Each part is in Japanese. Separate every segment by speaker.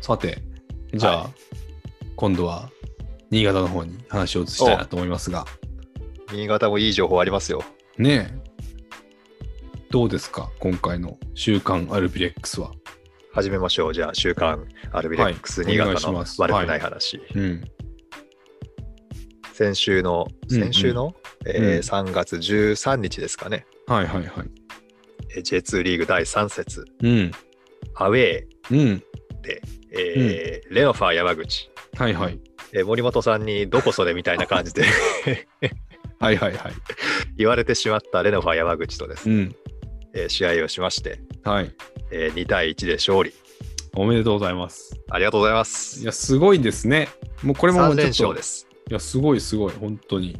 Speaker 1: さて、じゃあ、
Speaker 2: は
Speaker 1: 今度は新潟の方に話を移したいなと思いますが、
Speaker 2: 新潟もいい情報ありますよ。
Speaker 1: ねえ、どうですか、今回の週刊アルビレックスは。
Speaker 2: 始めましょう。じゃあ、週刊アルビレックス、
Speaker 1: はい
Speaker 2: 新
Speaker 1: お願い
Speaker 2: 潟
Speaker 1: し
Speaker 2: の
Speaker 1: ます
Speaker 2: 悪くない話。
Speaker 1: うん。
Speaker 2: 先週の、
Speaker 1: うんうん
Speaker 2: 先週の、
Speaker 1: う
Speaker 2: えー
Speaker 1: ん
Speaker 2: 3月13日ですかね。
Speaker 1: はいはいはい。
Speaker 2: えー J2 リーグ第3節、
Speaker 1: うん。
Speaker 2: アウェー
Speaker 1: うん。
Speaker 2: で、えーレノファー山口、
Speaker 1: はいはい。
Speaker 2: えー森本さんにどこそれみたいな感じで
Speaker 1: はいはいはい。
Speaker 2: 言われてしまったレノファー山口とです
Speaker 1: う
Speaker 2: ね、
Speaker 1: ん。
Speaker 2: えー試合をしまして、
Speaker 1: はい。
Speaker 2: えー2対1で勝利。
Speaker 1: おめでとうございます。
Speaker 2: ありがとうございま
Speaker 1: い
Speaker 2: す。
Speaker 1: や、すごいですね。もうこれも
Speaker 2: 3連
Speaker 1: ちょっ
Speaker 2: 勝
Speaker 1: と
Speaker 2: で、す。
Speaker 1: いや、すごいすごい、本当に。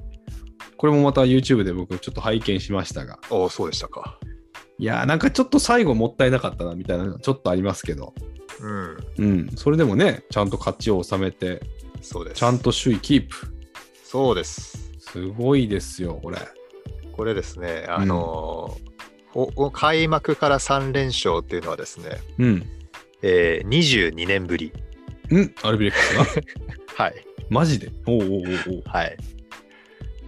Speaker 1: これもまた YouTube で僕ちょっと拝見しましたが、
Speaker 2: おお、そうでしたか。
Speaker 1: いやー、なんかちょっと最後もったいなかったなみたいなのちょっとありますけど、
Speaker 2: うん、
Speaker 1: うん、それでもね、ちゃんと勝ちを収めて、
Speaker 2: そうです。
Speaker 1: ちゃんと首位キープ。
Speaker 2: そうです。
Speaker 1: すごいですよ、これ。
Speaker 2: これですね、あのーおお開幕から3連勝っていうのはですね、
Speaker 1: うん。
Speaker 2: えー、22年ぶり。
Speaker 1: うん、アルビレックスが
Speaker 2: はい。
Speaker 1: マジで。おうおうおうおう
Speaker 2: はい。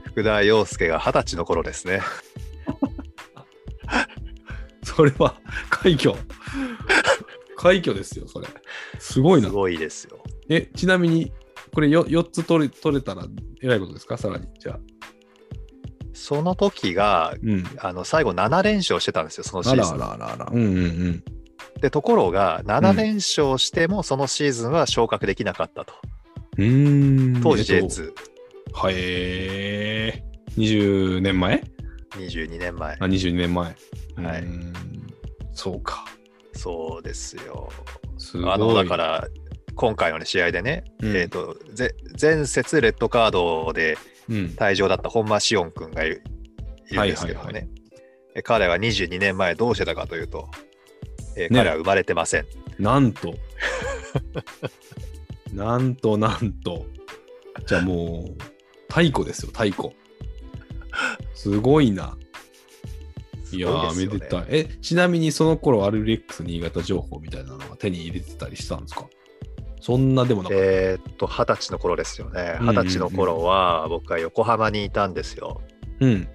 Speaker 2: 福田陽介が20歳の頃ですね。
Speaker 1: それは快挙。快挙ですよ、それ。すごい
Speaker 2: す
Speaker 1: な。
Speaker 2: ごいですよ。
Speaker 1: え、ちなみに、これよ4つ取れ取れたらえらいことですか、さらに。じゃあ。
Speaker 2: その時が、
Speaker 1: うん。
Speaker 2: あの最後7連勝してたんですよ、そのシ
Speaker 1: あ
Speaker 2: ー
Speaker 1: ら
Speaker 2: ズ
Speaker 1: あ
Speaker 2: ン。
Speaker 1: らあらあら。うんうんうん。
Speaker 2: で、ところが、7連勝しても、そのシーズンは昇格できなかったと。
Speaker 1: うーん
Speaker 2: 当時
Speaker 1: えっと
Speaker 2: J2、
Speaker 1: はい、えー、20年前
Speaker 2: 22年前
Speaker 1: あ、。22年前。
Speaker 2: はい
Speaker 1: ー
Speaker 2: う
Speaker 1: ん。そうか。
Speaker 2: そうですよ。
Speaker 1: すごい。
Speaker 2: あの、だか、ら、今回のね試合でね、
Speaker 1: うん、
Speaker 2: えっ、と、ぜ前節レッドカードで、
Speaker 1: うん。
Speaker 2: 退場だった本間紫音君がいるいるんですけどもね、
Speaker 1: はいはい
Speaker 2: え彼は22年前どうしてたかというと、えー
Speaker 1: ね
Speaker 2: 彼は生まれてません、
Speaker 1: なんと。 なんとなんと。じゃあもう、太鼓ですよ、太鼓。すごいな。いやー、
Speaker 2: すごい
Speaker 1: め
Speaker 2: ですよ
Speaker 1: で
Speaker 2: ね
Speaker 1: たい。え、ちなみにその頃、アルレックス新潟情報みたいなのは手に入れてたりしたんですかそんなでもなかった。
Speaker 2: えーっと二十歳の頃ですよね
Speaker 1: うんうん
Speaker 2: 二十歳の頃は僕は横浜にいたんですよ
Speaker 1: うん、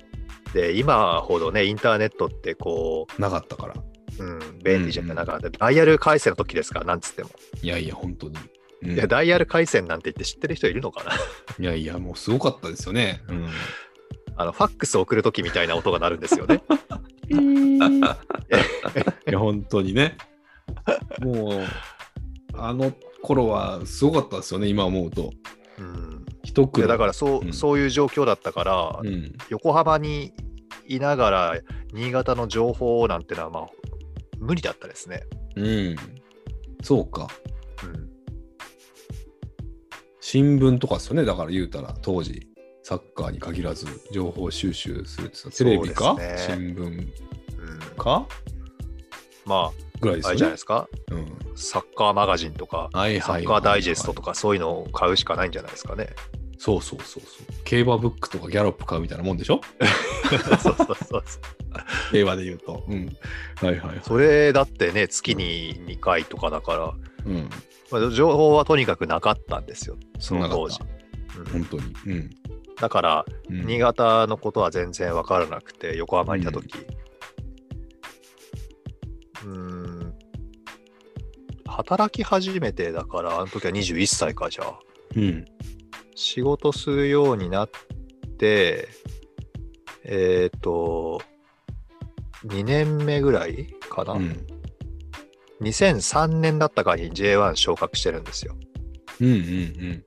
Speaker 2: で今ほどねインターネットってこ
Speaker 1: なかったから。
Speaker 2: う、うん、便利じゃなかった、ダイヤル回線の時ですからなんつっても、
Speaker 1: いやいや、本当に。うん
Speaker 2: いやダイヤル回線なんて言って知ってる人いるのかな
Speaker 1: いやいや、もうすごかったですよね。うん、
Speaker 2: あのファックス送る時みたいな音が鳴るんです よね
Speaker 1: いや、本当にね。もう、あの頃はすごかったですよね、今思うと。
Speaker 2: うん
Speaker 1: 一
Speaker 2: い
Speaker 1: 区
Speaker 2: や
Speaker 1: の
Speaker 2: だからそう,、
Speaker 1: うん
Speaker 2: そういう状況だったから、
Speaker 1: うん、
Speaker 2: 横浜にいながら新潟の情報なんてのはまあ無理だったですね。
Speaker 1: うん。そうか。
Speaker 2: うん、
Speaker 1: 新聞とかですよね、だから言うたら、当時、サッカーに限らず、情報収集するって言ったらテレビか、
Speaker 2: そうです
Speaker 1: 新
Speaker 2: ね
Speaker 1: 聞
Speaker 2: うん
Speaker 1: か
Speaker 2: ま
Speaker 1: ぐらいで
Speaker 2: ああ
Speaker 1: す
Speaker 2: れじゃ
Speaker 1: よ
Speaker 2: ない
Speaker 1: ね
Speaker 2: で。すか
Speaker 1: うん
Speaker 2: サッカーマガジンとか
Speaker 1: はい
Speaker 2: サ
Speaker 1: はいはいはい
Speaker 2: ッカーダイジェストとかそういうのを買うしかないんじゃないですか ね。
Speaker 1: そうそうそうそう。競馬ブックとかギャロップ買うみたいなもんでしょ
Speaker 2: そうそうそうそう
Speaker 1: 競馬で言うと。うん。はいはいはい。
Speaker 2: それだってね月に2回とかだか
Speaker 1: う
Speaker 2: ら、
Speaker 1: ん。
Speaker 2: まあ、情報はとにかくなかったんですよそ
Speaker 1: な
Speaker 2: の
Speaker 1: かっ
Speaker 2: 当時
Speaker 1: た。。
Speaker 2: うん
Speaker 1: 本当に。うん。
Speaker 2: だから
Speaker 1: うん
Speaker 2: 新潟のことは全然分からなくて横浜にいた時うーん働き始めてだからあの時は21歳かじゃあ
Speaker 1: うん。
Speaker 2: 仕事するようになってえっ、と2年目ぐらいかな、
Speaker 1: うん。
Speaker 2: 2003年だったかに J1 昇格してるんですよ
Speaker 1: うんうん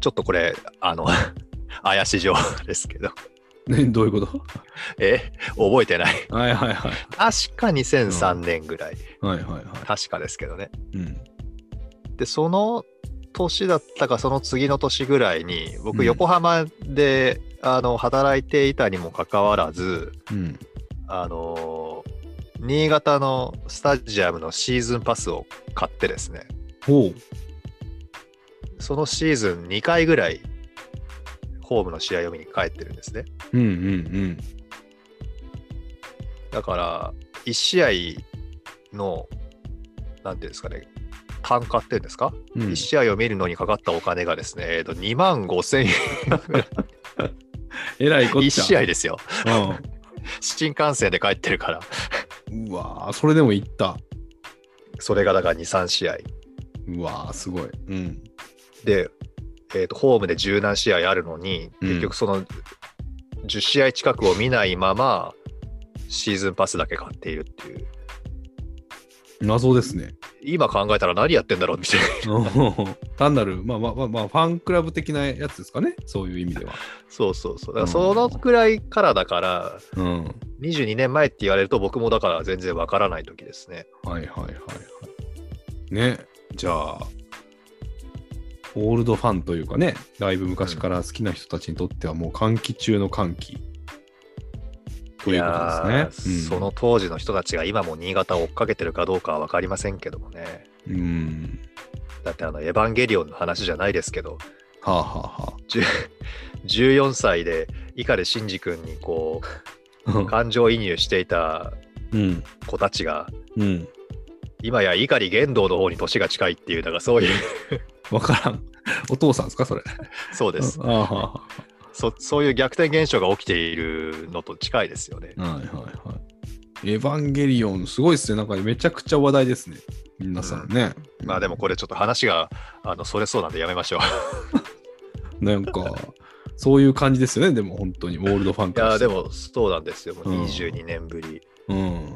Speaker 2: ちょっとこれあの 怪しい情報ですけど
Speaker 1: うん。ね、 どういうこと
Speaker 2: え覚えてない
Speaker 1: はいはいはい。
Speaker 2: 確か2003年ぐらい、
Speaker 1: はいはいは
Speaker 2: 確かですけどね
Speaker 1: い。うん。
Speaker 2: でその年だったかその次の年ぐらいに
Speaker 1: う
Speaker 2: 僕
Speaker 1: ん
Speaker 2: 横浜で、あの働いていたにもかかわらず
Speaker 1: うん。
Speaker 2: あの新潟のスタジアムのシーズンパスを買ってですね
Speaker 1: ほう。
Speaker 2: そのシーズン2回ぐらいホームの試合を見に帰ってるんですね
Speaker 1: うんうん
Speaker 2: だから1試合のなんていうんですかね単価っていうんですか、
Speaker 1: う
Speaker 2: 一
Speaker 1: ん
Speaker 2: 1試合を見るのにかかったお金がですね、えー、と2万5千円
Speaker 1: えらいこっちゃ。
Speaker 2: 1試合ですよ
Speaker 1: 合。
Speaker 2: 新幹線で帰ってるから
Speaker 1: うん。うわーそれでも行った。
Speaker 2: それがだから23試合
Speaker 1: うわーすごい。うん。
Speaker 2: で、えー、とホームで十何試合あるのに
Speaker 1: うん
Speaker 2: 結局その10試合近くを見ないままシーズンパスだけ買っているっていう
Speaker 1: 謎ですね。
Speaker 2: 今考えたら何やってんだろうみたいな
Speaker 1: 単なる、まあまあまあ、まあ、ファンクラブ的なやつですかね。そういう意味では。
Speaker 2: そうそうそうだからそのくらいからだから
Speaker 1: うん。
Speaker 2: 22年前って言われると僕もだから全然わからない時ですね
Speaker 1: はいはいはいはい。ね。じゃあ、オールドファンというかね、だいぶ昔から好きな人たちにとってはもう歓喜中の歓喜。ということ
Speaker 2: いや
Speaker 1: で
Speaker 2: ー
Speaker 1: すね。うん
Speaker 2: その当時の人たちが今も新潟を追っかけてるかどうかは分かりませんけどもね
Speaker 1: うん。
Speaker 2: だってあの「エヴァンゲリオン」の話じゃないですけど
Speaker 1: はあ、はあは
Speaker 2: 10 14歳で碇シンジ君にこう
Speaker 1: あ、
Speaker 2: 感情移入していた
Speaker 1: うん。
Speaker 2: 子たちが
Speaker 1: うん。
Speaker 2: 今や碇玄道の方に年が近いっていうだからそういう
Speaker 1: わからん。お父さんですか、それ。
Speaker 2: そうです
Speaker 1: ああはあは
Speaker 2: そそういう逆転現象が起きているのと近いですよね
Speaker 1: あはいはいはい。エヴァンゲリオン、すごいっすね。なんかめちゃくちゃ話題ですね。皆さんね。
Speaker 2: まあでもこれちょっと話があのそれそうなんでやめましょう
Speaker 1: なんか、そういう感じですよね。でも本当に、オールドファン
Speaker 2: い
Speaker 1: から
Speaker 2: や
Speaker 1: して
Speaker 2: でもそうなんですよ、もう
Speaker 1: うん
Speaker 2: 22年ぶり。
Speaker 1: うん。